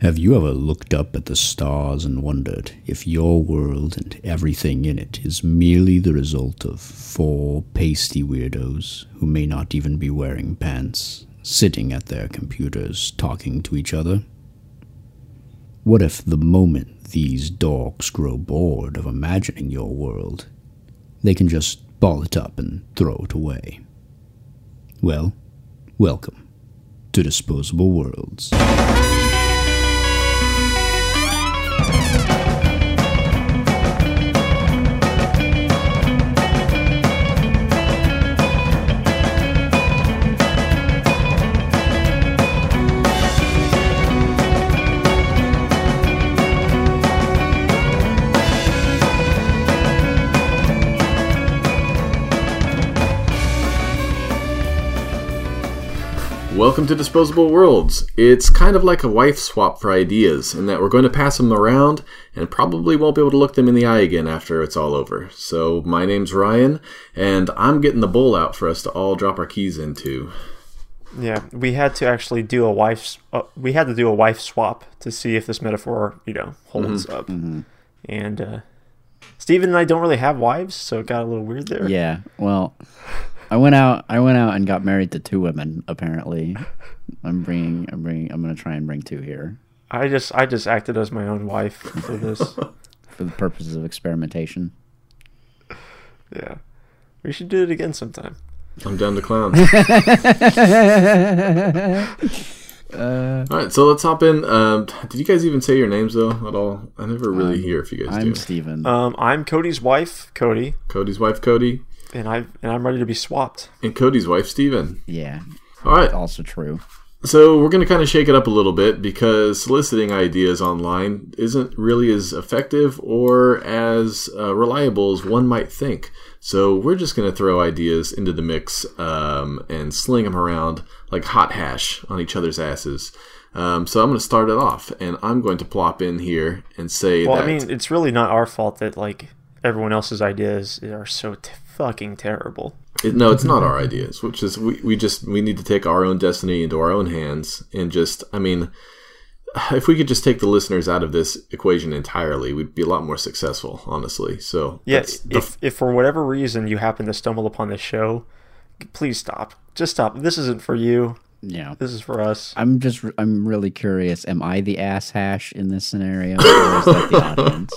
Have you ever looked up at the stars and wondered if your world and everything in it is merely the result of four pasty weirdos who may not even be wearing pants, sitting at their computers talking to each other? What if the moment these dorks grow bored of imagining your world, they can just ball it up and throw it away? Well, welcome to Disposable Worlds. Welcome to Disposable Worlds. It's kind of like a wife swap for ideas, in that we're going to pass them around and probably won't be able to look them in the eye again after it's all over. So, my name's Ryan, and I'm getting the bowl out for us to all drop our keys into. Yeah, we had to actually do a wife. Uh, we had to do a wife swap to see if this metaphor, you know, holds up. Mm-hmm. And uh, Steven and I don't really have wives, so it got a little weird there. Yeah. Well, I went out. I went out and got married to two women. Apparently, I'm bringing. I'm bringing. I'm gonna try and bring two here I just, I just acted as my own wife for this. for the purposes of experimentation. yeah, we should do it again sometime. I'm down to clown. all right, so let's hop in. Um, did you guys even say your names though at all? I never really hear if you guys I'm do. Steven. Um, I'm Cody's wife, Cody, Cody's wife, Cody, and I, and I'm ready to be swapped. and Cody's wife, Steven. yeah. All right, Also true. So we're going to kind of shake it up a little bit because soliciting ideas online isn't really as effective or as uh, reliable as one might think. So we're just going to throw ideas into the mix um, and sling them around like hot hash on each other's asses. Um, so I'm going to start it off, and I'm going to plop in here and say Well, that I mean, it's really not our fault that like everyone else's ideas are so t- fucking terrible. It, no, it's not our ideas, which is we, we just we need to take our own destiny into our own hands and just I mean if we could just take the listeners out of this equation entirely, we'd be a lot more successful, honestly. So that's Yes, the if, if for whatever reason you happen to stumble upon this show, please stop. Just stop. This isn't for you. Yeah. This is for us. I'm just. I'm really curious. Am I the ass hash in this scenario, or is that the audience?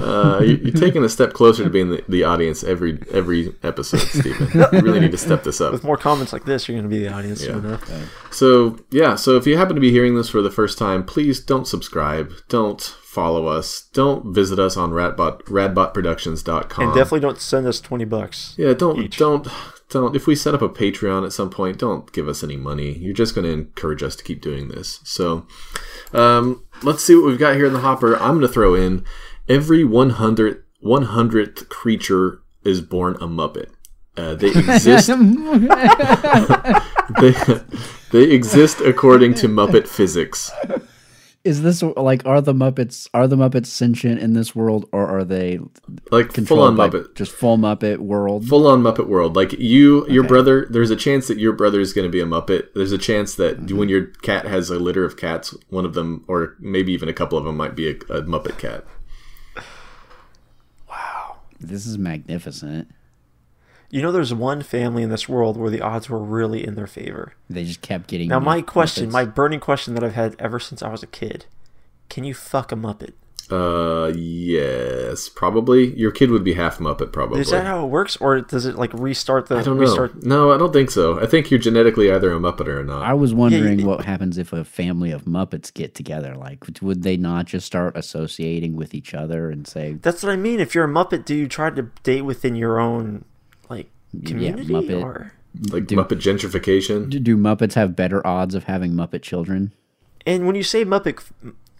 Uh, you- you're taking a step closer to being the, the audience every every episode, Stephen. you really need to step this up. With more comments like this, you're going to be the audience soon enough. So yeah, so if you happen to be hearing this for the first time, please don't subscribe, don't follow us, don't visit us on Radbot radbotproductions.com. And definitely don't send us 20 bucks. Yeah, don't each. don't don't. If we set up a Patreon at some point, don't give us any money. You're just going to encourage us to keep doing this. So, um, let's see what we've got here in the hopper. I'm going to throw in every 100th 100th creature is born a muppet. Uh, they exist. they, they exist according to Muppet physics. Is this like are the Muppets are the Muppets sentient in this world, or are they Like full controlled on by Muppet. Just full Muppet world. full on Muppet world. Like you, your brother. There's a chance that your brother is going to be a Muppet. There's a chance that Mm-hmm. when your cat has a litter of cats, one of them, or maybe even a couple of them, might be a, a Muppet cat. This is magnificent. You know, there's one family in this world where the odds were really in their favor. They just kept getting. Now, my Muppets. question, my burning question that I've had ever since I was a kid can you fuck a Muppet? Uh, yes, probably. Your kid would be half Muppet, probably. Is that how it works? Or does it like restart the. I don't know. restart? No, I don't think so. I think you're genetically either a Muppet or not. I was wondering you- what happens if a family of Muppets get together. Like, would they not just start associating with each other and say, That's what I mean. If you're a Muppet, do you try to date within your own like community Muppet. or like Muppet gentrification. "Do- "Do Muppets have better odds of having Muppet children?" And when you say Muppet,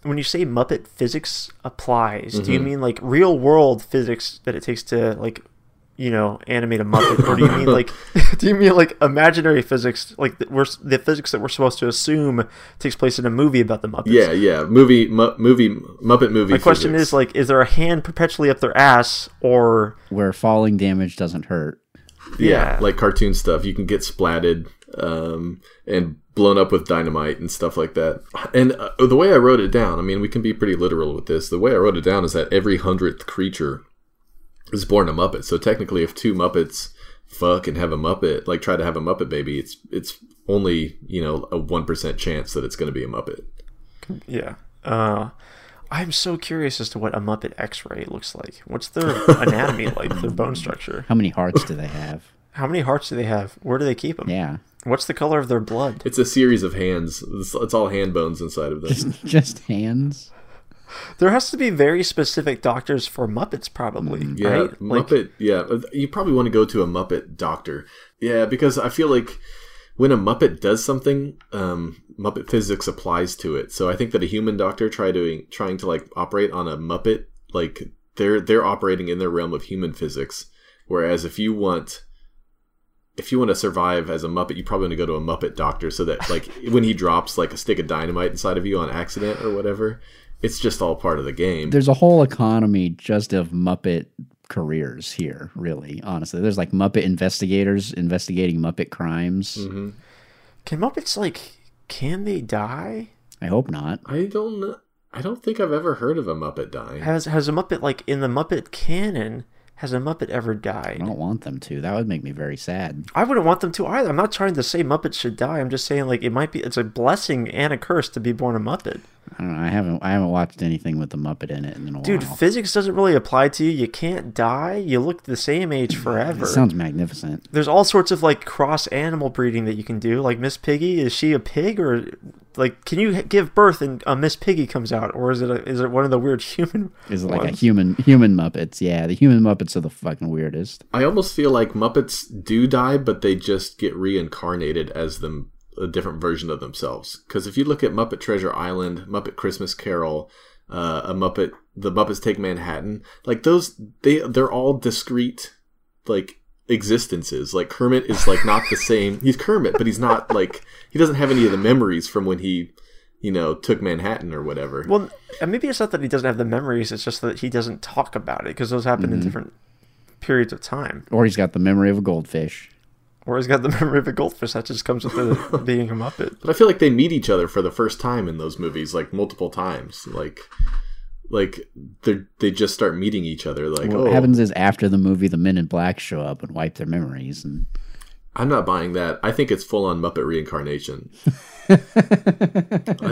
when you say Muppet physics applies, do Mm-hmm. you mean like real world physics that it takes to like, you know, animate a Muppet, or do you mean like, do you mean like imaginary physics, like the, we're s- the physics that we're supposed to assume takes place in a movie about the Muppets? yeah, yeah. Movie, mu- movie, Muppet movie. My question physics. is like, is there a hand perpetually up their ass, or Where falling damage doesn't hurt. yeah, Yeah. like cartoon stuff. You can get splatted. um, and blown up with dynamite and stuff like that. And uh, the way I wrote it down, I mean, we can be pretty literal with this. The way I wrote it down is that every hundredth creature is born a Muppet. So technically, if two Muppets fuck and have a Muppet, like try to have a Muppet baby, it's it's only you know a one percent chance that it's going to be a Muppet. Yeah. Uh, I'm so curious as to what a Muppet X-ray looks like. What's their anatomy like? Their bone structure? How many hearts do they have? How many hearts do they have? Where do they keep them? Yeah. What's the color of their blood? It's a series of hands. It's, it's all hand bones inside of them. Just, just hands? There has to be very specific doctors for Muppets, probably. Mm, Yeah, right? Like- Muppet. yeah, Uh, you probably want to go to a Muppet doctor. Yeah, because I feel like when a Muppet does something, um, Muppet physics applies to it. So I think that a human doctor try doing trying to like operate on a Muppet, like they're they're operating in their realm of human physics. Whereas if you want if you want to survive as a Muppet, you probably want to go to a Muppet doctor so that like when he drops like a stick of dynamite inside of you on accident or whatever, it's just all part of the game. There's a whole economy just of Muppet careers here, really, honestly. There's like Muppet investigators investigating Muppet crimes. Mm. hmm Can Muppets like? Can they die? I hope not. I don't. kn- I don't think I've ever heard of a Muppet dying. Has has a Muppet like in the Muppet canon? Has a Muppet ever died? I don't want them to. That would make me very sad. I wouldn't want them to either. I'm not trying to say Muppets should die. I'm just saying like it might be. It's a blessing and a curse to be born a Muppet. I don't know. I haven't I haven't watched anything with the Muppet in it in a Dude, while. physics doesn't really apply to you. You can't die. You look the same Mm, age forever. It sounds magnificent. There's all sorts of like cross animal breeding that you can do. Like Miss Piggy, is she a pig or like can you h- give birth and a Miss Piggy comes out or is it a, is it one of the weird human? Is it like a ones? human human Muppets? Yeah, the human Muppets are the fucking weirdest. I almost feel like Muppets do die, but they just get reincarnated as them a different version of themselves. Because if you look at Muppet Treasure Island, Muppet Christmas Carol, uh, a Muppet, the Muppets Take Manhattan, like those, they they're all discrete, like existences. Like Kermit is like not the same. He's Kermit, but he's not like he doesn't have any of the memories from when he, you know, took Manhattan or whatever. Well, and maybe it's not that he doesn't have the memories. It's just that he doesn't talk about it because those Mm-hmm. happen in different periods of time. Or he's got the memory of a goldfish. Or he's got the memory of a goldfish that just comes with the being a Muppet. But I feel like they meet each other for the first time in those movies, like multiple times. Like, like they they just start meeting each other. Like, what oh, happens is after the movie, the Men in Black show up and wipe their memories, and I'm not buying that. I think it's full on Muppet reincarnation. I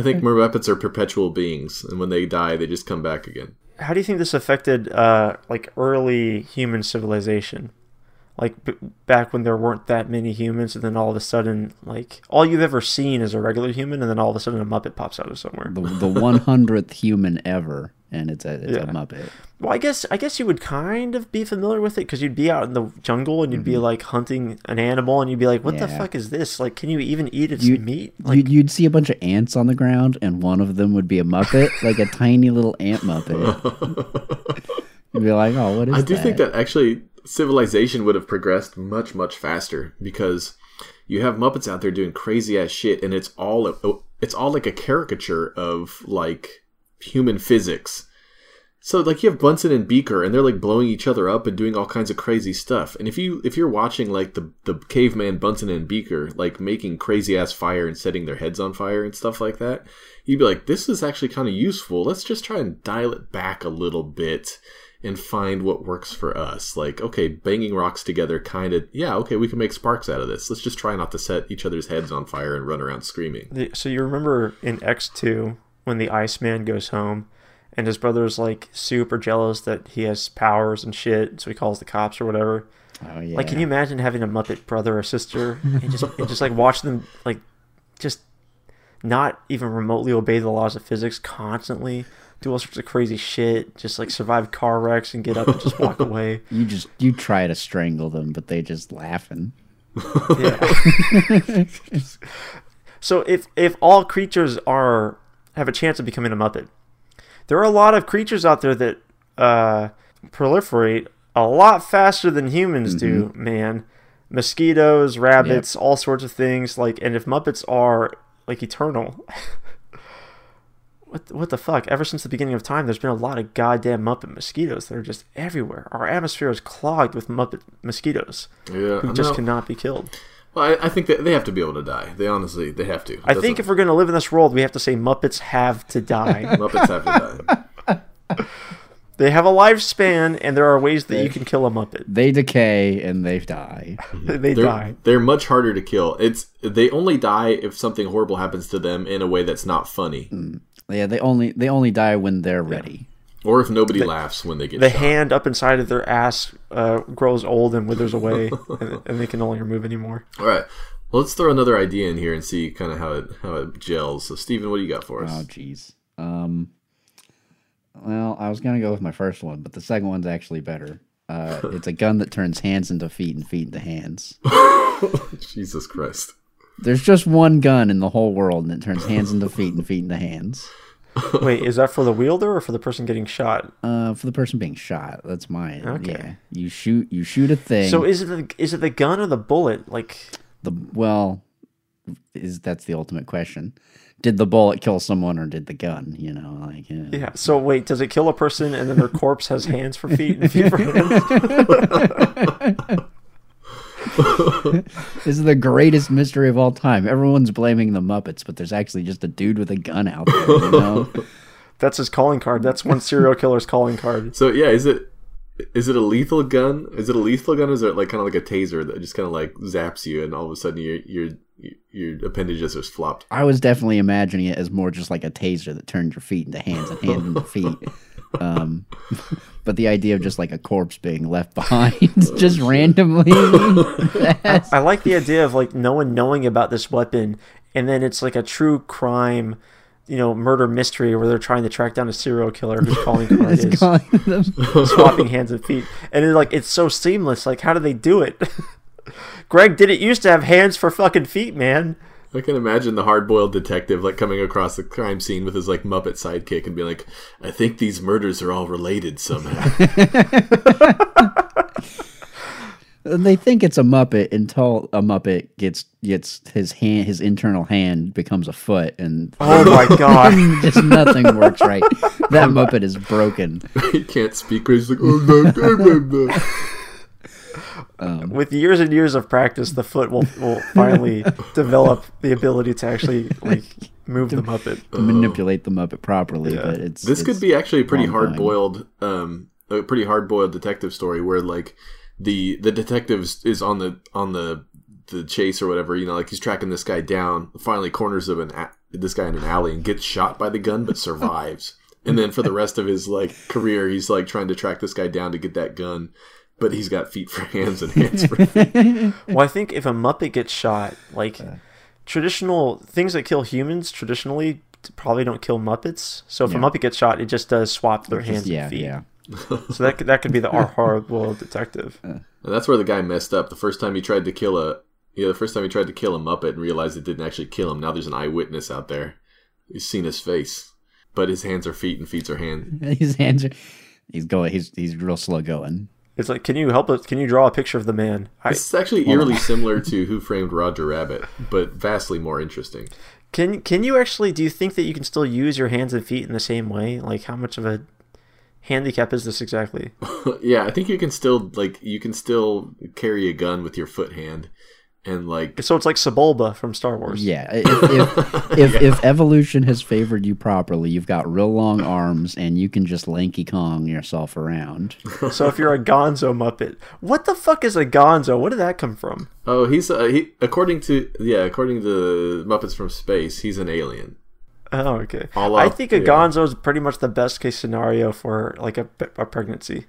think Muppets are perpetual beings, and when they die, they just come back again. How do you think this affected uh, like early human civilization? Like b- back when there weren't that many humans, and then all of a sudden, like all you've ever seen is a regular human, and then all of a sudden a Muppet pops out of somewhere. the the one hundredth human ever, and it's a it's Yeah. a Muppet. Well, I guess I guess you would kind of be familiar with it because you'd be out in the jungle and you'd be like hunting an animal, and you'd be like, "What the Mm-hmm. Yeah. fuck is this? Like, can you even eat its You- meat?" Like, You'd, you'd see a bunch of ants on the ground, and one of them would be a Muppet, like a tiny little ant Muppet. You'd be like, "Oh, what is I do that?" think that actually civilization would have progressed much much faster because you have Muppets out there doing crazy ass shit, and it's all it's all like a caricature of like human physics. So like you have Bunsen and Beaker, and they're like blowing each other up and doing all kinds of crazy stuff. And if you if you're watching like the the caveman Bunsen and Beaker like making crazy ass fire and setting their heads on fire and stuff like that, you'd be like, this is actually kind of useful. Let's just try and dial it back a little bit and find what works for us. Like, okay, banging rocks together, kind of, yeah, okay, we can make sparks out of this. Let's just try not to set each other's heads on fire and run around screaming. The- So you remember in X2 when the Iceman goes home and his brother's like super jealous that he has powers and shit, so he calls the cops or whatever. Oh, yeah. Like can you imagine having a Muppet brother or sister and just and just like watch them like just not even remotely obey the laws of physics constantly, do all sorts of crazy shit, just like survive car wrecks and get up and just walk away. You just you try to strangle them, but they just laughing. Yeah. so if if all creatures are have a chance of becoming a muppet, there are a lot of creatures out there that uh, proliferate a lot faster than humans do. Man, mosquitoes, rabbits, all sorts of things. Like, and if muppets are like eternal. What, what the fuck? Ever since the beginning of time, there's been a lot of goddamn Muppet mosquitoes that are just everywhere. Our atmosphere is clogged with Muppet mosquitoes Yeah, who I'm just not- cannot be killed. Well, I, I think that they have to be able to die. They honestly, they have to. I think if we're going to live in this world, we have to say Muppets have to die. Muppets have to die. they have a lifespan, and there are ways that you can kill a Muppet. They decay and they die. They Mhm. They're, die. they're much harder to kill. It's they only die if something horrible happens to them in a way that's not funny, Yeah, they only they only die when they're ready. or if nobody laughs when they get The shot. hand up inside of their ass uh, grows old and withers away, and, and they can no longer move anymore. All right, well, let's throw another idea in here and see kind of how it how it gels. So, Steven, what do you got for us? Oh, jeez. Um, well, I was gonna go with my first one, but the second one's actually better. Uh, it's a gun that turns hands into feet and feet into hands. Jesus Christ! There's just one gun in the whole world, and it turns hands into feet and feet into hands. Wait, is that for the wielder or for the person getting shot? Uh, for the person being shot, that's mine. Okay. Yeah, you shoot, you shoot a thing. So is it the, is it the gun or the bullet? Like, the well, is that's the ultimate question? Did the bullet kill someone or did the gun? You know, like yeah. yeah. So wait, does it kill a person and then their corpse has hands for feet and feet for hands? This is the greatest mystery of all time. Everyone's blaming the Muppets, but there's actually just a dude with a gun out there. You know? That's his calling card. That's one serial killer's calling card. So, yeah, is it is it a lethal gun? Is it a lethal gun? Or is it like kind of like a taser that just kind of like zaps you, and all of a sudden your your your appendages are flopped? I was definitely imagining it as more just like a taser that turned your feet into hands and hands into feet. Um, but the idea of just like a corpse being left behind just randomly. I like the idea of like no one knowing about this weapon, and then it's like a true crime, you know, murder mystery where they're trying to track down a serial killer whose calling card It's is calling them- swapping hands and feet, and it's like it's so seamless. Like, how do they do it? Greg didn't used to have hands for fucking feet, man. I can imagine the hard-boiled detective like coming across the crime scene with his like Muppet sidekick and be like, "I think these murders are all related somehow." And they think it's a Muppet until a Muppet gets gets his hand his internal hand becomes a foot and Oh my god. just nothing works right. That Muppet is broken. he can't speak. He's like, "Oh, blah, blah, blah, blah." With years and years of practice, the foot will, will finally develop the ability to actually like move the Muppet. to manipulate the Muppet properly. But it's this it's- could be actually a pretty long time. hard-boiled, um, a pretty hard-boiled detective story where like the the detective is- is on the on the the chase or whatever. You know, like he's tracking this guy down. Finally, corners of an a- this guy in an alley and gets shot by the gun, but survives. and then for the rest of his like career, he's like trying to track this guy down to get that gun. But he's got feet for hands and hands for feet. Well, I think if a Muppet gets shot, like traditional things that kill humans traditionally t- probably don't kill Muppets. So if a Muppet gets shot, it just does swap their hands yeah and feet. yeah. So that could, that could be the our horrible detective. And that's where the guy messed up. The first time he tried to kill a yeah, the first time he tried to kill a Muppet and realized it didn't actually kill him. Now there's an eyewitness out there. He's seen his face. But his hands are feet and feet's are hand. His hands are. He's going. He's he's real slow going. It's like, can you help us? Can you draw a picture of the man? I, It's actually eerily similar to Who Framed Roger Rabbit, but vastly more interesting. can can you actually? Do you think that you can still use your hands and feet in the same way? Like, how much of a handicap is this exactly? yeah, I think you can still like you can still carry a gun with your foot hand and like So it's like Sebulba from Star Wars. Yeah. If if, if, if evolution has favored you properly, you've got real long arms and you can just lanky Kong yourself around. So if you're a Gonzo Muppet, what the fuck is a Gonzo? Where did that come from? oh, he's uh, he according to yeah, according to Muppets from Space, he's an alien. Oh, okay. All I up, think a yeah. Gonzo is pretty much the best case scenario for like a, pe- a pregnancy.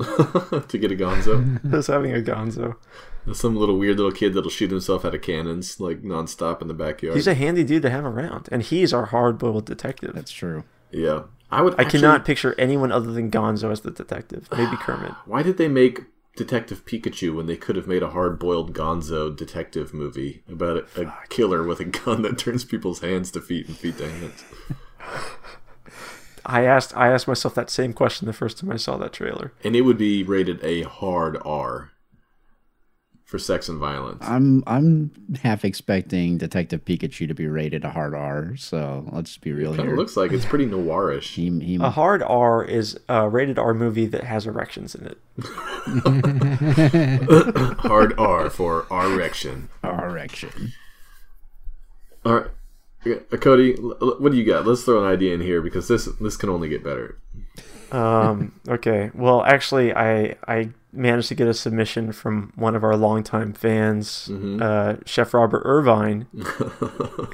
to get a gonzo. Is having a Gonzo. Some little weird little kid that'll shoot himself out of cannons like nonstop in the backyard. He's a handy dude to have around, and he's our hard-boiled detective. That's true. yeah, I would. I cannot picture anyone other than Gonzo as the detective. Maybe Kermit. Why did they make Detective Pikachu when they could have made a hard-boiled Gonzo detective movie about a, a killer with a gun that turns people's hands to feet and feet to hands? I asked I asked myself that same question the first time I saw that trailer. And it would be rated a hard R for sex and violence. I'm I'm half expecting Detective Pikachu to be rated a hard R. So let's just be real Kind here. of looks like it's pretty noirish. he, he, A hard R is a rated R movie that has erections in it. Hard R for erection. R direction. All right, Yeah, uh, Cody, l- l- what do you got? Let's throw an idea in here because this this can only get better. Um, okay. Well, actually, I I managed to get a submission from one of our longtime fans, uh, Chef Robert Irvine,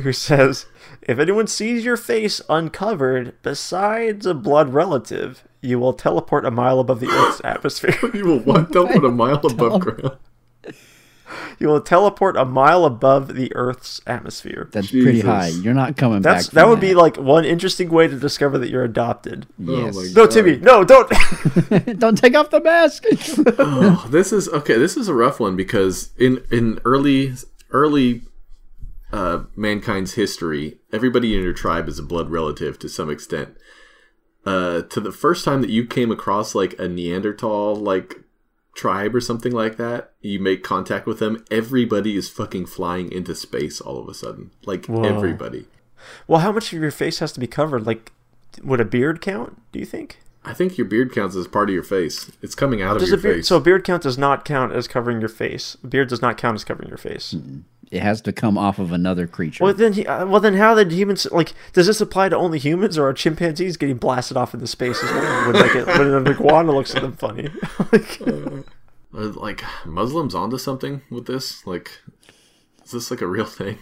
who says, "If anyone sees your face uncovered besides a blood relative, you will teleport a mile above the Earth's atmosphere. You will what? Teleport a mile above ground. you will teleport a mile above the Earth's atmosphere." That's pretty Jesus. high. You're not coming That's back. that from would be like one interesting way to discover that you're adopted. yes. Oh my No, Timmy, no, don't. Don't take off the mask. Oh, this is okay. This is a rough one because in in early early uh, mankind's history, everybody in your tribe is a blood relative to some extent. Uh, to the first time that you came across like a Neanderthal like tribe or something like that, you make contact with them. Everybody is fucking flying into space all of a sudden. Like everybody. Well, how much of your face has to be covered? Like, would a beard count? Do you think? I think your beard counts as part of your face. It's coming out Does of your a beard, face. So a beard count does not count as covering your face. A beard does not count as covering your face. Mm, it has to come off of another creature. Well then, he, uh, well then, how did humans like? Does this apply to only humans, or are chimpanzees getting blasted off into space as well? When, like, it, when an iguana looks at them funny, like, Are, like Muslims onto something with this? Like, is this like a real thing?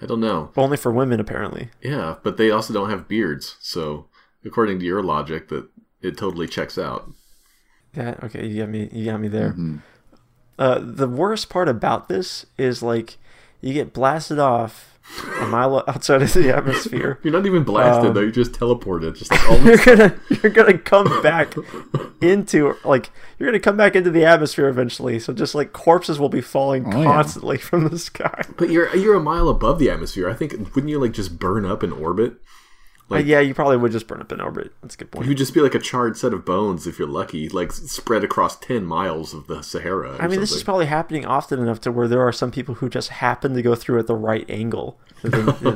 I don't know. only for women apparently. Yeah, but they also don't have beards, so according to your logic, that it totally checks out. Yeah, okay, you got me. You got me there. Mm-hmm. Uh, the worst part about this is like, you get blasted off a mile outside of the atmosphere. You're not even blasted Um, though; you're just teleported. Just like oh, all you're this, gonna you're gonna come back into like you're gonna come back into the atmosphere eventually. So just like corpses will be falling yeah. constantly from the sky. but you're you're a mile above the atmosphere. I think wouldn't you like just burn up in orbit? Like- Uh, yeah, you probably would just burn up in orbit. That's a good point. You'd just be like a charred set of bones if you're lucky, like s- spread across ten miles of the Sahara. I mean, this is probably happening often enough to where there are some people who just happen to go through at the right angle.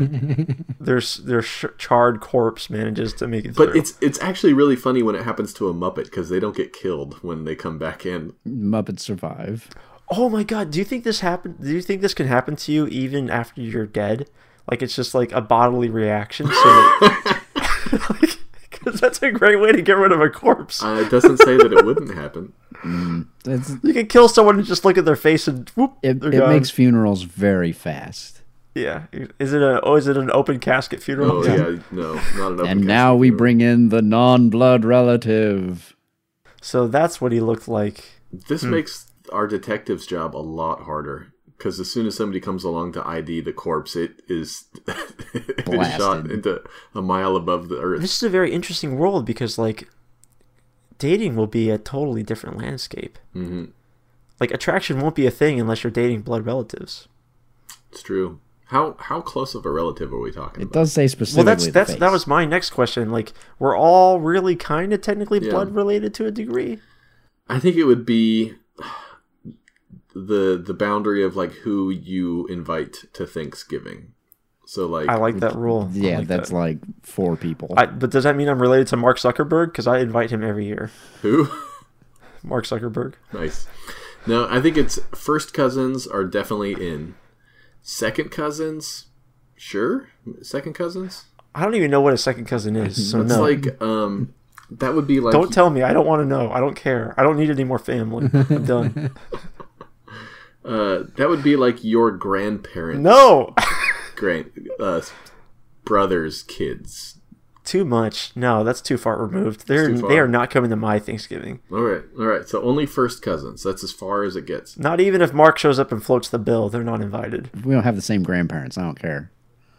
There's their sh- charred corpse manages to make it. But through. it's it's actually really funny when it happens to a Muppet because they don't get killed when they come back in. Muppets survive. Oh my god, do you think this happened? Do you think this can happen to you even after you're dead? Like it's just like a bodily reaction. So that- Like, 'cause that's a great way to get rid of a corpse. Uh, it doesn't say that it wouldn't happen. That's, you can kill someone and just look at their face and whoop, it they're it gone. makes funerals very fast. yeah. Is it a oh? Is it an open casket funeral? Oh yeah, no, not enough. And now we bring in the non-blood relative. So that's what he looked like. this Hmm. makes our detective's job a lot harder because as soon as somebody comes along to ID the corpse, it is it is shot Blasted. into a mile above the earth. This is a very interesting world because like dating will be a totally different landscape. Mm-hmm. Like attraction won't be a thing unless you're dating blood relatives. It's true. How how close of a relative are we talking It about? does say Well, specifically. that's the that's face. that was my next question. Like, we're all really kind of technically Yeah. blood related to a degree. I think it would be the the boundary of like who you invite to Thanksgiving. So like, I like that rule. I yeah. like that's that. like four people. I, but does that mean I'm related to Mark Zuckerberg? Because I invite him every year. who? Mark Zuckerberg. Nice. No, I think it's first cousins are definitely in. Second cousins, sure. Second cousins. I don't even know what a second cousin is. So It's no, like um, that would be like don't tell me. I don't want to know. I don't care. I don't need any more family. I'm done. uh, that would be like your grandparents, no, grand uh, brothers, kids. too much. No, that's too far removed. They're too far. they are not coming to my Thanksgiving. All right, all right. So only first cousins. That's as far as it gets. Not even if Mark shows up and floats the bill, they're not invited. we don't have the same grandparents. I don't care.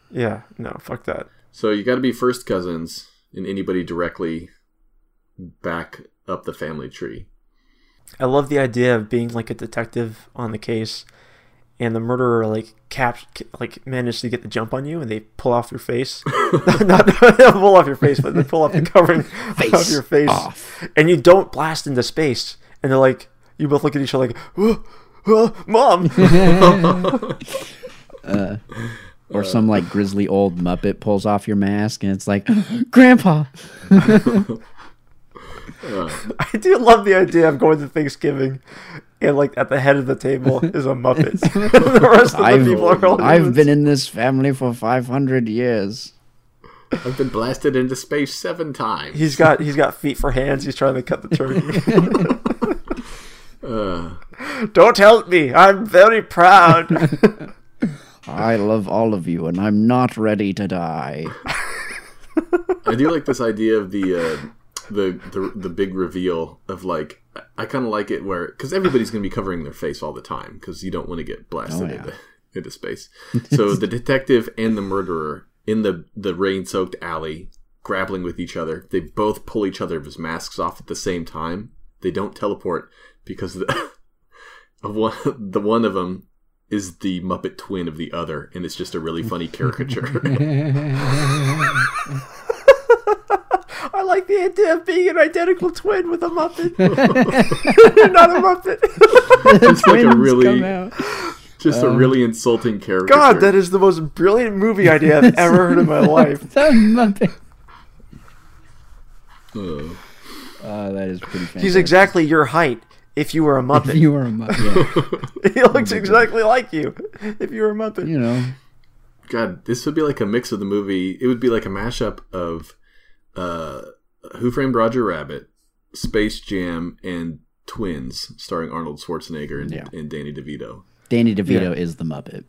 Yeah, no, fuck that. So you got to be first cousins and anybody directly back up the family tree. I love the idea of being like a detective on the case, and the murderer like cap like managed to get the jump on you, and they pull off your face. Not they'll pull off your face, but they pull off the covering off your face, off. and you don't blast into space. And they're like, you both look at each other like, "Huh? Huh? "Mom." Or some Uh, like grizzly old Muppet pulls off your mask and it's like, Grandpa. Uh, I do love the idea of going to Thanksgiving, and like at the head of the table is a Muppet. the rest of the I've, people are all I've humans. been in this family for 500 years. I've been blasted into space seven times. He's got he's got feet for hands. He's trying to cut the turkey. Uh, Don't help me. I'm very proud. I love all of you, and I'm not ready to die. I do like this idea of the, uh, the the the big reveal of like I kind of like it where because everybody's going to be covering their face all the time because you don't want to get blasted Oh, yeah. into, into space. So the detective and the murderer in the the rain soaked alley grappling with each other. They both pull each other's masks off at the same time. They don't teleport because the of one the one of them is the Muppet twin of the other, and it's just a really funny caricature. I like the idea of being an identical twin with a Muppet. You're not a Muppet. it's like a Twins really come out. Just a really insulting character. Um, God, that is the most brilliant movie idea I've ever heard in my life. The Muppet. Ugh. Oh, that is pretty fantastic. He's exactly your height if you were a Muppet. You were a Muppet. he looks exactly like you if you were a Muppet. you know, God, this would be like a mix of the movie. It would be like a mashup of uh, Who Framed Roger Rabbit, Space Jam, and Twins, starring Arnold Schwarzenegger and, Yeah. and Danny DeVito. Danny DeVito is the Muppet.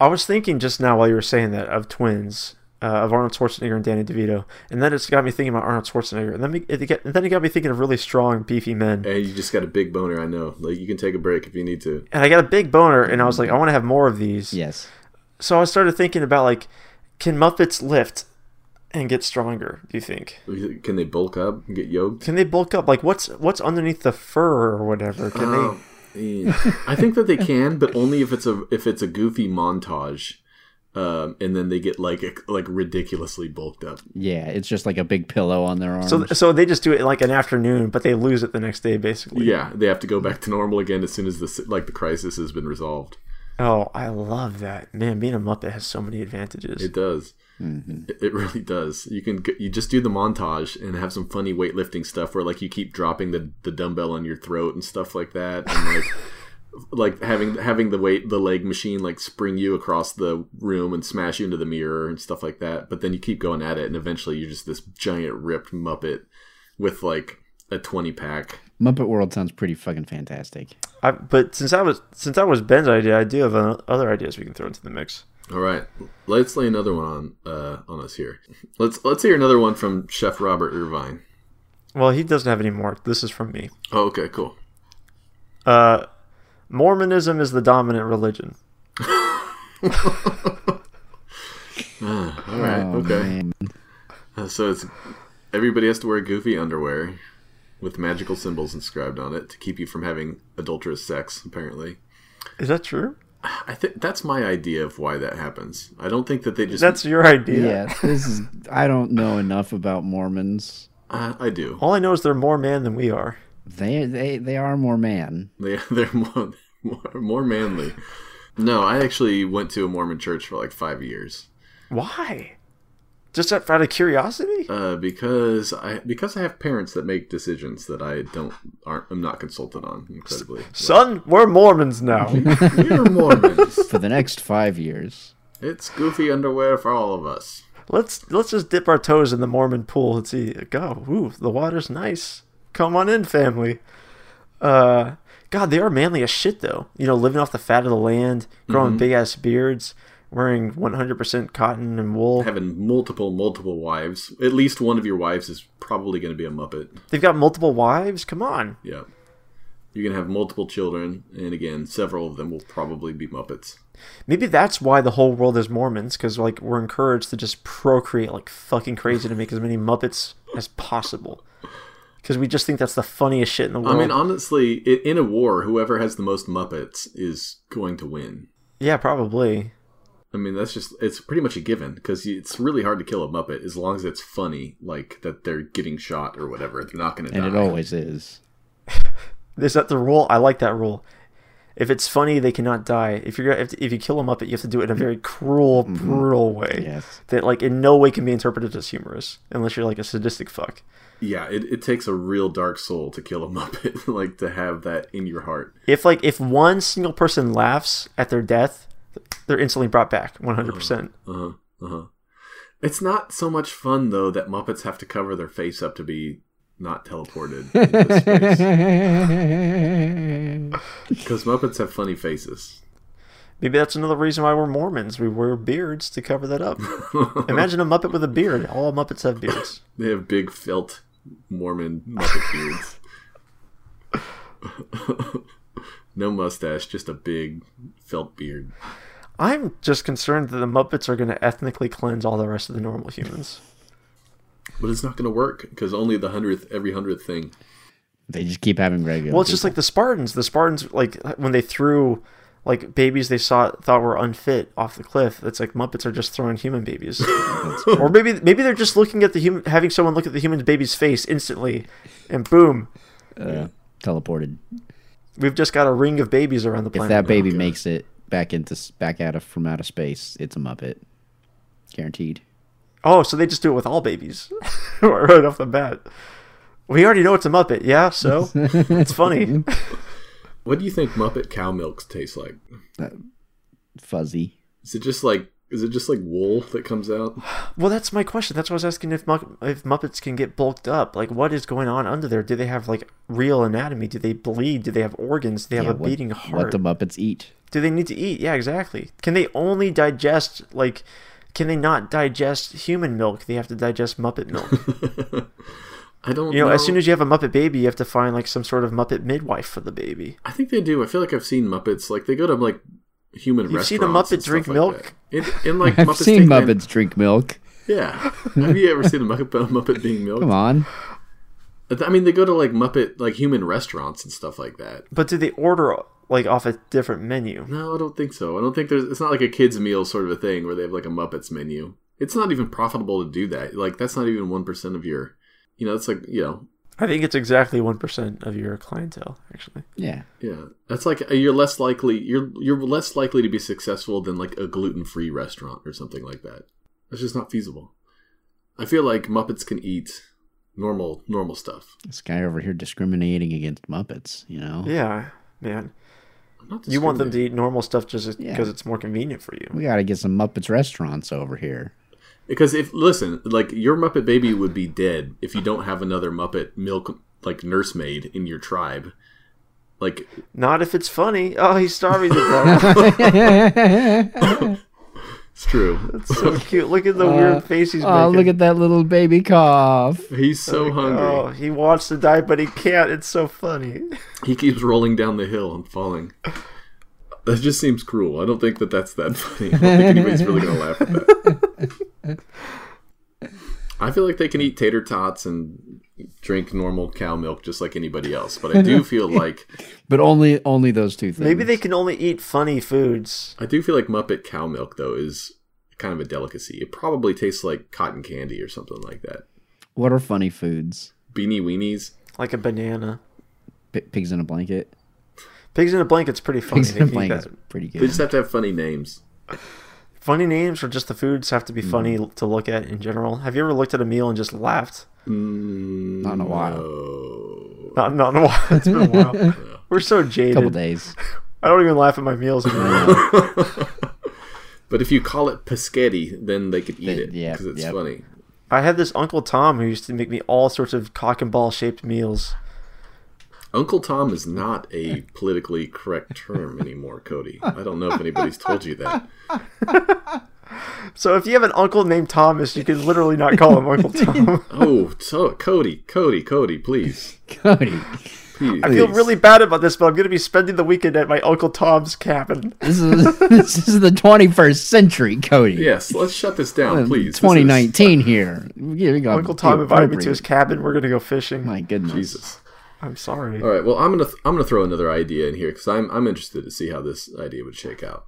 I was thinking just now while you were saying that of twins, uh, of Arnold Schwarzenegger and Danny DeVito, and then it's got me thinking about Arnold Schwarzenegger, and then me, it, get, and then it got me thinking of really strong, beefy men. And you just got a big boner, I know. Like you can take a break if you need to. And I got a big boner, and I was like, I want to have more of these. Yes. So I started thinking about like, can Muppets lift and get stronger? Do you think? Can they bulk up and get yoked? Can they bulk up? Like, what's what's underneath the fur or whatever? Can Oh, yeah. I think that they can, but only if it's a if it's a goofy montage, um, and then they get like like ridiculously bulked up. Yeah, it's just like a big pillow on their arm. they? So so they just do it in like an afternoon, but they lose it the next day, basically. Yeah, they have to go back to normal again as soon as the like the crisis has been resolved. Oh, I love that man. Being a Muppet has so many advantages. It does. It- It really does. You can g- you just do the montage and have some funny weightlifting stuff where like you keep dropping the, the dumbbell on your throat and stuff like that, and like like having having the weight the leg machine like spring you across the room and smash you into the mirror and stuff like that. But then you keep going at it, and eventually you're just this giant ripped muppet with like a twenty pack. Muppet World sounds pretty fucking fantastic. I, but since I was since that was Ben's idea, I do have uh, other ideas we can throw into the mix. All right, let's lay another one on uh, on us here. Let's let's hear another one from Chef Robert Irvine. Well, he doesn't have any more. This is from me. Oh, okay, cool. Uh, Mormonism is the dominant religion. All right, Oh, okay. man. Uh, So it's everybody has to wear goofy underwear with magical symbols inscribed on it to keep you from having adulterous sex. Apparently, Is that true? I think that's my idea of why that happens. I don't think that they just. That's your idea. Yeah, this is. I don't know enough about Mormons. uh, I do. All I know is they're more man than we are. They they they are more man. They they're more, more more manly. No, I actually went to a Mormon church for like five years. Why? Just out out of curiosity? Uh, because I because I have parents that make decisions that I don't aren't I'm not consulted on incredibly. Son, we're Mormons now. We're Mormons. For the next five years, it's goofy underwear for all of us. let's let's just dip our toes in the Mormon pool and see. Go, ooh, the water's nice. Come on in, family. Uh, God, they are manly as shit though. You know, living off the fat of the land, growing Mm-hmm. big ass beards, wearing 100% cotton and wool. having multiple multiple wives at least one of your wives is probably going to be a muppet They've got multiple wives. Come on. yeah you're going to have multiple children and again several of them will probably be muppets Maybe that's why the whole world is Mormons, because like we're encouraged to just procreate like fucking crazy to make as many Muppets as possible, because we just think that's the funniest shit in the world. i mean honestly i in a war whoever has the most muppets is going to win yeah, probably. i mean that's just it's pretty much a given because it's really hard to kill a muppet as long as it's funny like that they're getting shot or whatever they're not going to die and it always is. Is that the rule? I like that rule. If it's funny, they cannot die. If you're if, if you kill a Muppet, you have to do it in a very cruel, brutal way Yes. that like in no way can be interpreted as humorous, unless you're like a sadistic fuck. Yeah, it, it takes a real dark soul to kill a Muppet, like to have that in your heart. If like if one single person laughs at their death, they're instantly brought back 100. percent Uh-huh. Uh-huh. It's not so much fun though that Muppets have to cover their face up to be not teleported because Muppets have funny faces. Maybe that's another reason why we're Mormons. We wear beards to cover that up. Imagine a Muppet with a beard. All Muppets have beards. They have big felt Mormon Muppet beards. no mustache, just a big felt beard. I'm just concerned that the Muppets are going to ethnically cleanse all the rest of the normal humans. But it's not going to work because only the hundredth, every hundredth thing. They just keep having regular. Well, it's just like the Spartans. The Spartans, like when they threw like babies they saw thought were unfit off the cliff. It's like Muppets are just throwing human babies, or maybe maybe they're just looking at the human, having someone look at the human baby's face instantly, and boom, uh, teleported. we've just got a ring of babies around the If planet. that baby makes it back into s- back out of from out of space, it's a Muppet, guaranteed. oh, so they just do it with all babies, right off the bat. We already know it's a Muppet, yeah. So it's funny. What do you think Muppet cow milks taste like? Fuzzy. Is it just like is it just like wool that comes out? Well, that's my question. That's why I was asking if Mupp- if Muppets can get bulked up. Like, what is going on under there? Do they have like real anatomy? Do they bleed? Do they have organs? Do they have Yeah, a what- beating What heart? the Muppets eat. Do they need to eat? Yeah, exactly. Can they only digest like? Can they not digest human milk? They have to digest Muppet milk. I don't You know, know. as soon as you have a Muppet baby, you have to find like some sort of Muppet midwife for the baby. I think they do. I feel like I've seen Muppets like they go to like human You've restaurants. seen a Muppet and stuff drink like milk? that. In, in like I've Muppets seen Take Man- Muppets drink milk. Yeah. Have you ever seen a Muppet, a Muppet being milked? Come on. I mean, they go to like Muppet like human restaurants and stuff like that. But do they order like off a different menu? No, I don't think so. I don't think there's. It's not like a kids' meal sort of a thing where they have like a Muppets menu. It's not even profitable to do that. Like that's not even one percent of your. You know, it's like you know, I think it's exactly one percent of your clientele, actually. Yeah. yeah. That's like you're less likely. You're you're less likely to be successful than like a gluten-free restaurant or something like that. It's just not feasible. I feel like Muppets can eat normal normal stuff. This guy over here discriminating against Muppets, you know? Yeah, man. I'm not You want them to discriminating. eat normal stuff just Yeah. because it's more convenient for you. We got to get some Muppets restaurants over here. because if listen, like your Muppet baby would be dead if you don't have another Muppet milk like nursemaid in your tribe. Like Not if it's funny. Oh, he's starving to death. Oh, It's true. That's so cute. Look at the weird face he's Oh, making. look at that little baby cough. He's so hungry. Oh, he wants to die, but he can't. It's so funny. He keeps rolling down the hill and falling. That just seems cruel. I don't think that that's that funny. I don't think anybody's really going to laugh at that. I feel like they can eat tater tots and drink normal cow milk just like anybody else, but I do feel like But only only those two things. Maybe they can only eat funny foods. I do feel like Muppet cow milk though is kind of a delicacy. It probably tastes like cotton candy or something like that. What are funny foods? Beanie weenies. Like a banana. P- pigs in a blanket. Pigs in a blanket's pretty funny. Pigs in a They can eat blanket's that. pretty They good. just have to have funny names. Funny names or just the foods have to be funny Mm. to look at in general. Have you ever looked at a meal and just laughed? Mm, Not in a while. Oh. Not, not in a while. It's been a while. We're so jaded. couple days. I don't even laugh at my meals anymore. But if you call it pescetti, then they could eat They- it yeah, because it's yep. funny. I had this Uncle Tom who used to make me all sorts of cock and ball shaped meals. Uncle Tom is not a politically correct term anymore, Cody. I don't know if anybody's told you that. So if you have an uncle named Thomas, you can literally not call him Uncle Tom. Oh, so Cody, Cody, Cody, please, Cody, please. I feel really bad about this, but I'm going to be spending the weekend at my Uncle Tom's cabin. this is this is the 21st century, Cody. Yes, let's shut this down, please. This is- 2019 here. Yeah, we got Uncle Tom invited me to his cabin. We're going to go fishing. My goodness. Jesus. I'm sorry. All right. Well, I'm gonna th- I'm gonna throw another idea in here because I'm I'm interested to see how this idea would shake out.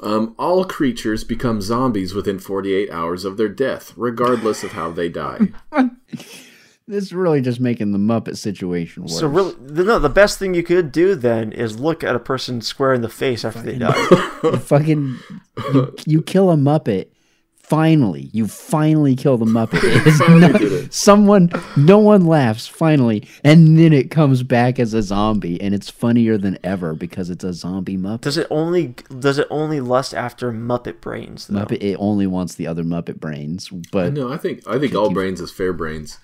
Um, all creatures become zombies within 48 hours of their death, regardless of how they die. this is really just making the Muppet situation worse. So really, the, no. The best thing you could do then is look at a person square in the face after they die. You fucking you, you kill a Muppet. Finally, you finally kill the Muppet. It's Finally not- did it. someone, no one laughs. Finally, and then it comes back as a zombie, and it's funnier than ever because it's a zombie Muppet. Does it only does it only lust after Muppet brains though? Muppet it only wants the other Muppet brains, but No, I think I think all brains is fair brains.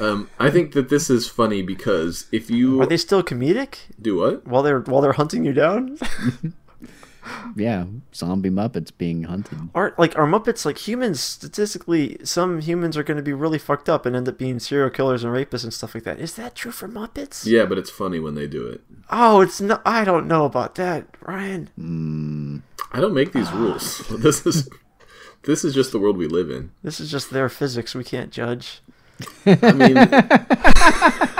Um, I think that this is funny because if you Are they still comedic do what? while they're while they're hunting you down? yeah, zombie Muppets being hunted. Aren't like are Muppets like humans? Statistically, some humans are going to be really fucked up and end up being serial killers and rapists and stuff like that. Is that true for Muppets? Yeah, but it's funny when they do it. Oh, it's not. I don't know about that, Ryan. I don't make these rules. This is this is just the world we live in. This is just their physics. We can't judge. I mean,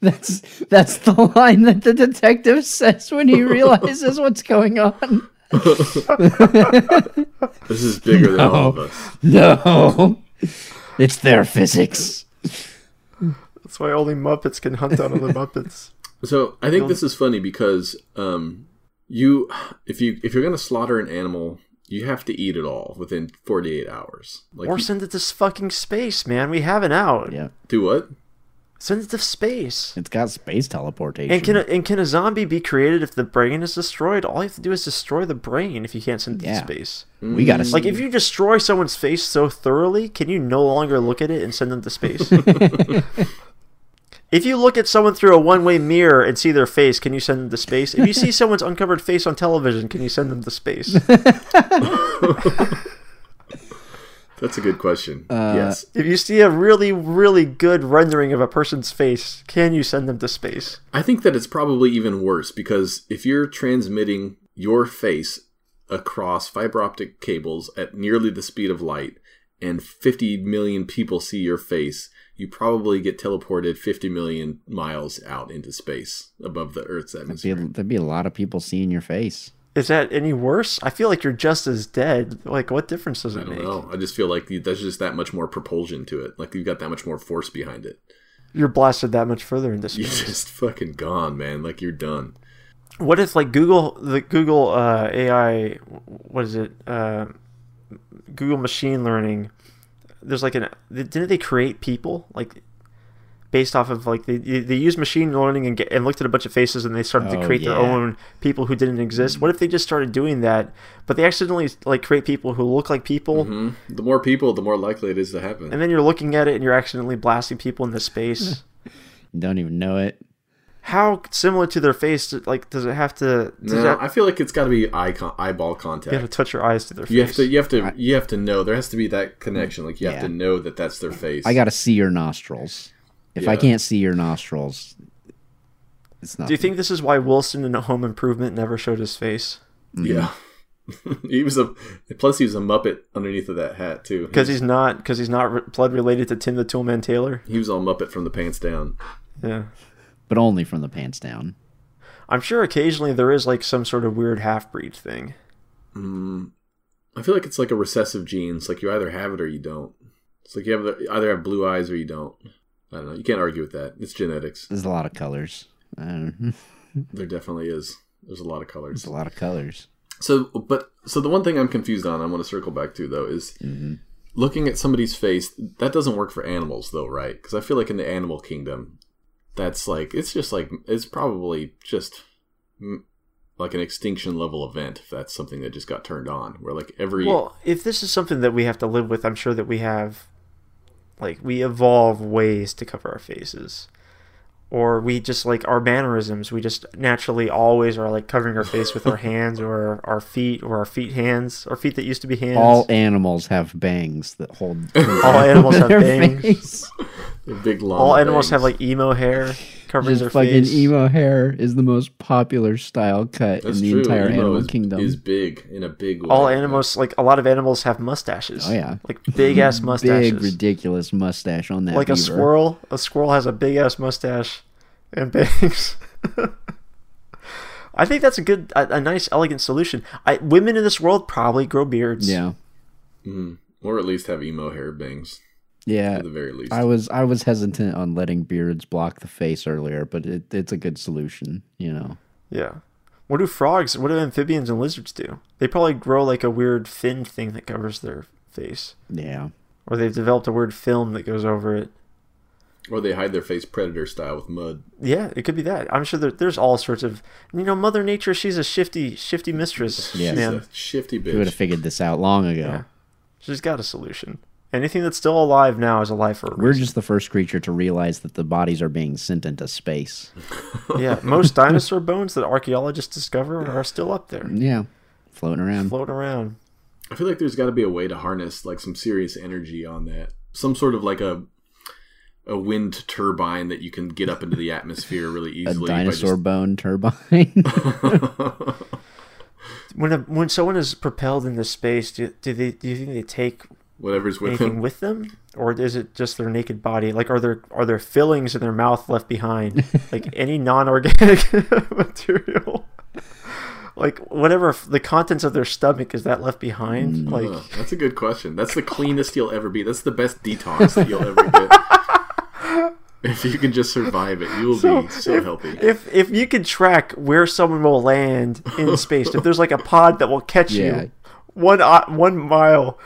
That's that's the line that the detective says when he realizes what's going on. this is bigger than all of us. No, it's their physics. That's why only Muppets can hunt down other Muppets. So I think this is funny because um, you, if you if you're gonna slaughter an animal, you have to eat it all within 48 hours. Like Or you- send it to fucking space, man. We have an out. Yeah, do what? Send it to space. it's got space teleportation. And can a, and can a zombie be created if the brain is destroyed? All you have to do is destroy the brain if you can't send it Yeah. to space. we gotta Mm. Like Hmm. if you destroy someone's face so thoroughly, can you no longer look at it and send them to space? if you look at someone through a one-way mirror and see their face, can you send them to space? If you see someone's uncovered face on television, can you send them to space? That's a good question. yes. if you see a really really good rendering of a person's face, can you send them to space? I think that it's probably even worse because if you're transmitting your face across fiber optic cables at nearly the speed of light and 50 million people see your face, you probably get teleported 50 million miles out into space above the Earth's Be- atmosphere. there'd be a lot of people seeing your face. Is that any worse? I feel like you're just as dead. Like what difference does it I don't make? know. I just feel like you- there's just that much more propulsion to it. Like you've got that much more force behind it. You're blasted that much further into You're space. just fucking gone, man. Like you're done. What if like Google the Google uh, AI? What is it? Uh, Google machine learning. There's like an didn't they create people like based off of like they they used machine learning and get, and looked at a bunch of faces and they started Oh, to create their yeah. own people who didn't exist. What if they just started doing that, but they accidentally like create people who look like people, The more people, the more likely it is to happen. and then you're looking at it and you're accidentally blasting people into space. You don't even know it. How similar to their face? Like, does it have to? Does No, that, I feel like it's got to be eye con- eyeball contact. you have to touch your eyes to their face. You have to, you have to, you have to know. There has to be that connection. Like you have Yeah. to know that that's their face. I gotta see your nostrils. If I Yeah. can't see your nostrils, it's not. Do you think this is why Wilson in Home Improvement never showed his face? Yeah. he was a. Plus, he was a Muppet underneath of that hat too. Because he's not because he's not re- blood related to Tim the Toolman Taylor. he was all Muppet from the pants down. Yeah, but only from the pants down. I'm sure occasionally there is like some sort of weird half breed thing. Mm, I feel like it's like a recessive gene. It's like you either have it or you don't. It's like you have the, either have blue eyes or you don't. I don't know. You can't argue with that. It's genetics. Mm. There's a lot of colors. I don't know. There definitely is. There's a lot of colors. There's a lot of colors. So, but so the one thing I'm confused on, I want to circle back to though, is Mm-hmm. looking at somebody's face. That doesn't work for animals though, right? Because I feel like in the animal kingdom, that's like it's just like it's probably just mm, like an extinction level event if that's something that just got turned on, where like every Well, if this is something that we have to live with, I'm sure that we have, like, we evolve ways to cover our faces, or we just like our mannerisms. We just naturally always are like covering our face with our hands or our feet or our feet hands or feet that used to be hands. All animals have bangs that hold All animals have their bangs. face. a big long All animals have like emo hair covering Just their fucking face. emo hair is the most popular style cut in the entire Emo animal is, kingdom. is big in a big way. All animals, like a lot of animals, have mustaches. Oh, yeah. like big ass Big mustaches. ridiculous mustache on that. like a beaver. squirrel, a squirrel has a big ass mustache and bangs. I think that's a good, a, a nice, elegant solution. I, women in this world probably grow beards. Yeah. or at least have emo hair bangs. Yeah, at the very least. I was I was hesitant on letting beards block the face earlier, but it, it's a good solution, you know. Yeah. What do frogs, what do amphibians and lizards do? They probably grow like a weird fin thing that covers their face, Yeah, or they've developed a weird film that goes over it. or they hide their face predator style with mud. Yeah, it could be that. I'm sure there, there's all sorts of, you know, Mother Nature. She's a shifty, shifty mistress. Yeah. man. It's a shifty we would bitch. have figured this out long ago. Yeah. She's got a solution. Anything that's still alive now is alive for a We're reason. just the first creature to realize that the bodies are being sent into space. yeah, most dinosaur bones that archaeologists discover are still up there, Yeah, floating around. floating around. I feel like there's got to be a way to harness like some serious energy on that. Some sort of like a a wind turbine that you can get up into the atmosphere really a easily. by dinosaur bone turbine. When a, when someone is propelled into space, do, do they do you think they take just whatever's with anything them. with them, or is it just their naked body? Like, are there are there fillings in their mouth left behind? like any non-organic material, like whatever f- the contents of their stomach is that left behind? Huh, Like, that's a good question. That's the cleanest you'll ever be. That's the best detox that you'll ever get. if you can just survive it, you will be so healthy. if if you can track where someone will land in space, if there's like a pod that will catch Yeah. you one o- one mile,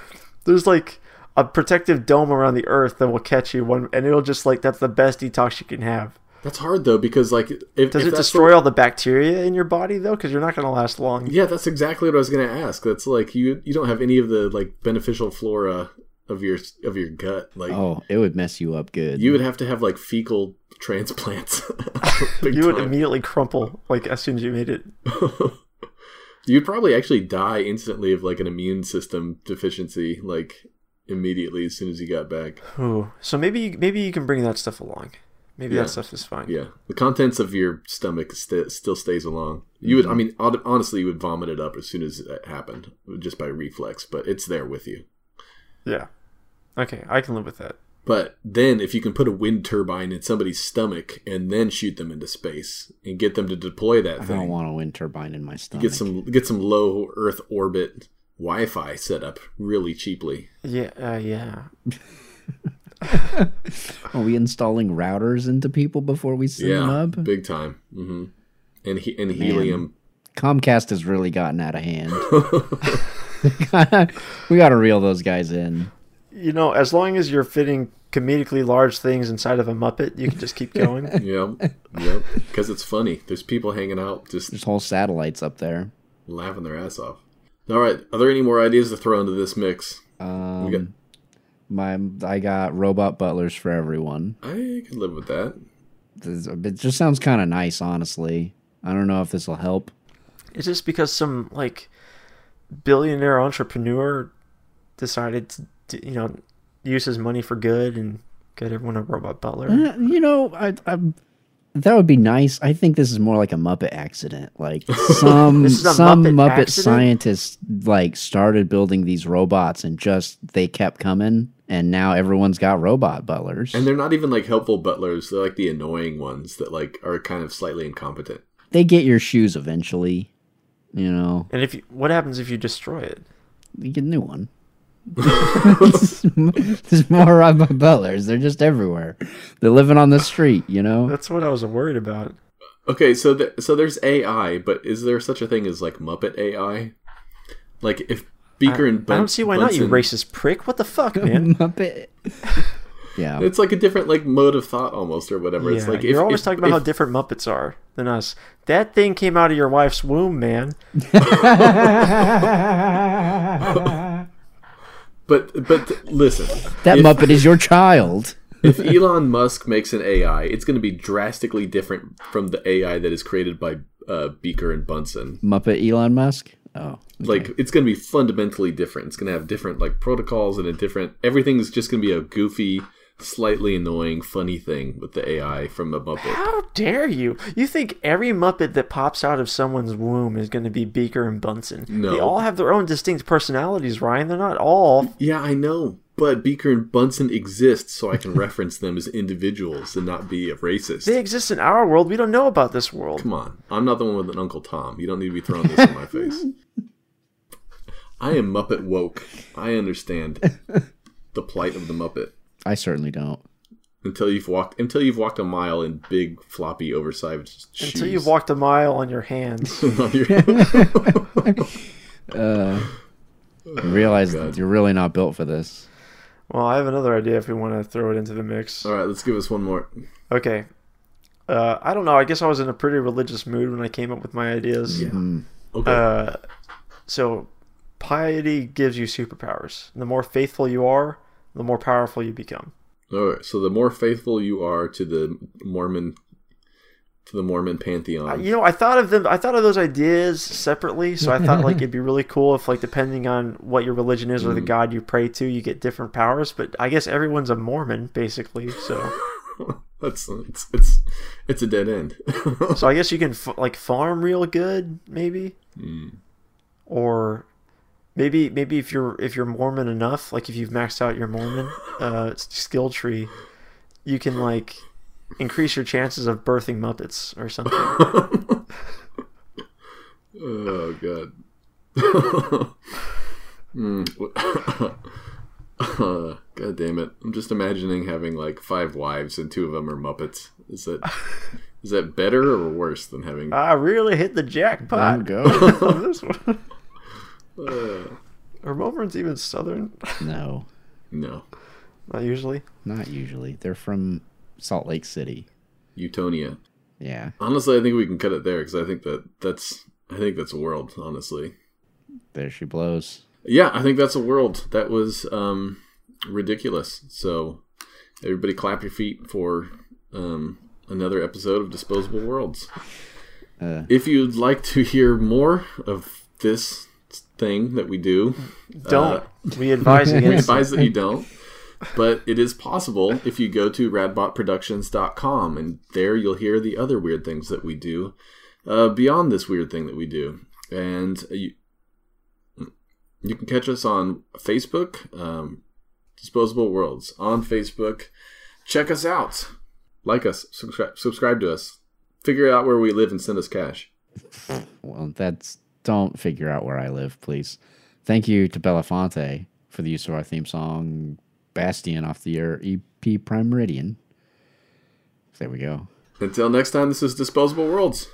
there's like. A protective dome around the Earth that will catch you one, and it'll just like that's the best detox you can have. That's hard though because like if, Does if it that's destroy all the bacteria in your body though? Because you're not going to last long. Yeah, that's exactly what I was going to ask. That's like you you don't have any of the like beneficial flora of your of your gut. Like oh, it would mess you up good. you would have to have like fecal transplants. Big You would time. immediately crumple like as soon as you made it. You'd probably actually die instantly of like an immune system deficiency, like immediately as soon as you got back. Ooh. So maybe you, maybe you can bring that stuff along. Maybe Yeah. that stuff is fine. Yeah, the contents of your stomach st- still stays along. You Mm-hmm. would, I mean, hon- honestly, you would vomit it up as soon as it happened, just by reflex. But it's there with you. Yeah. Okay, I can live with that. But then, if you can put a wind turbine in somebody's stomach and then shoot them into space and get them to deploy that I don't thing, want a wind turbine in my stomach. get some get some low Earth orbit Wi-Fi set up really cheaply. Yeah. Uh, yeah. Are we installing routers into people before we send them yeah, up? big time. hmm And he- and helium. Comcast has really gotten out of hand. we got to reel those guys in. You know, as long as you're fitting comedically large things inside of a muppet, you can just keep going. Yep, yep. Because it's funny. There's people hanging out, just There's whole satellites up there. laughing their ass off. All right, are there any more ideas to throw into this mix? Um, We got- my I got robot butlers for everyone. I could live with that. This- It just sounds kind of nice, honestly. I don't know if this will help. is this because some like billionaire entrepreneur decided to, to you know use his money for good and get everyone a robot butler? Uh, You know, I, I that would be nice. I think this is more like a Muppet accident. Like some This is a some Muppet Muppet, accident? scientists like started building these robots and just they kept coming, and now everyone's got robot butlers. And they're not even like helpful butlers. They're like the annoying ones that like are kind of slightly incompetent. they get your shoes eventually. You know, And if you, what happens if you destroy it? you get a new one. There's more robot butlers. They're just everywhere. They're living on the street. You know, That's what I was worried about. Okay, so th- so there's AI, but is there such a thing as like Muppet AI? Like if Beaker and Bun- I don't see why not, you Bunsen- racist prick. What the fuck, man? Muppet. Yeah. It's like a different like mode of thought almost or whatever. yeah, it's like if, you're always if- talking about if- how different Muppets are than us. That thing came out of your wife's womb, man. But but listen, That if, Muppet is your child. if Elon Musk makes an AI, it's going to be drastically different from the AI that is created by uh, Beaker and Bunsen. Muppet Elon Musk. Oh, Like it's going to be fundamentally different. It's going to have different like protocols and a different. Everything's just going to be a goofy, slightly annoying, funny thing with the AI from a Muppet. How dare you? You think every Muppet that pops out of someone's womb is going to be Beaker and Bunsen? No. They all have their own distinct personalities, Ryan. They're not all. Yeah, I know, but Beaker and Bunsen exist, so I can reference them as individuals and not be a racist. They exist in our world. We don't know about this world. Come on, I'm not the one with an Uncle Tom. You don't need to be throwing this in my face. I am Muppet woke. I understand the plight of the Muppet. I certainly don't. until you've walked until you've walked a mile in big floppy oversized shoes. Until you've walked a mile on your hands. On your- You realize God. you're really not built for this. well, I have another idea if we want to throw it into the mix. All right, let's give us one more. Okay. Uh, I don't know. I guess I was in a pretty religious mood when I came up with my ideas. Okay. Uh, so, piety gives you superpowers. The more faithful you are, the more powerful you become. All right. So the more faithful you are to the Mormon to the Mormon pantheon, You know, I thought of them. I thought of those ideas separately. So I thought like it'd be really cool if like depending on what your religion is or the god you pray to, you get different powers. But I guess everyone's a Mormon basically. So that's it's it's, it's a dead end. so I guess you can f- like farm real good maybe, or maybe maybe if you're if you're Mormon enough, like if you've maxed out your Mormon uh, s- skill tree, you can like increase your chances of birthing Muppets or something. oh god. Mm. god damn it! I'm just imagining having like five wives and two of them are Muppets. Is that is that better or worse than having? I really hit the I'm jackpot going. on this one. Uh, Are Mormons even Southern? no, no, Not usually. not usually. They're from Salt Lake City. Utonia. Yeah, Honestly, I think we can cut it there because I think that that's I think that's a world. Honestly, there she blows. yeah, I think that's a world that was um, ridiculous. So everybody, clap your feet for um, another episode of Disposable Worlds. if you'd like to hear more of this thing that we do, Don't. we advise against. advise that you don't. But it is possible if you go to radbotproductions.com, and there you'll hear the other weird things that we do uh, beyond this weird thing that we do. And you, you can catch us on Facebook, um, Disposable Worlds, on Facebook. Check us out. Like us, subscribe, subscribe to us, figure out where we live, and send us cash. Well, that's don't figure out where I live, please. Thank you to Belafonte for the use of our theme song "Bastion" off the air EP Prime Meridian. There we go. Until next time, this is Disposable Worlds.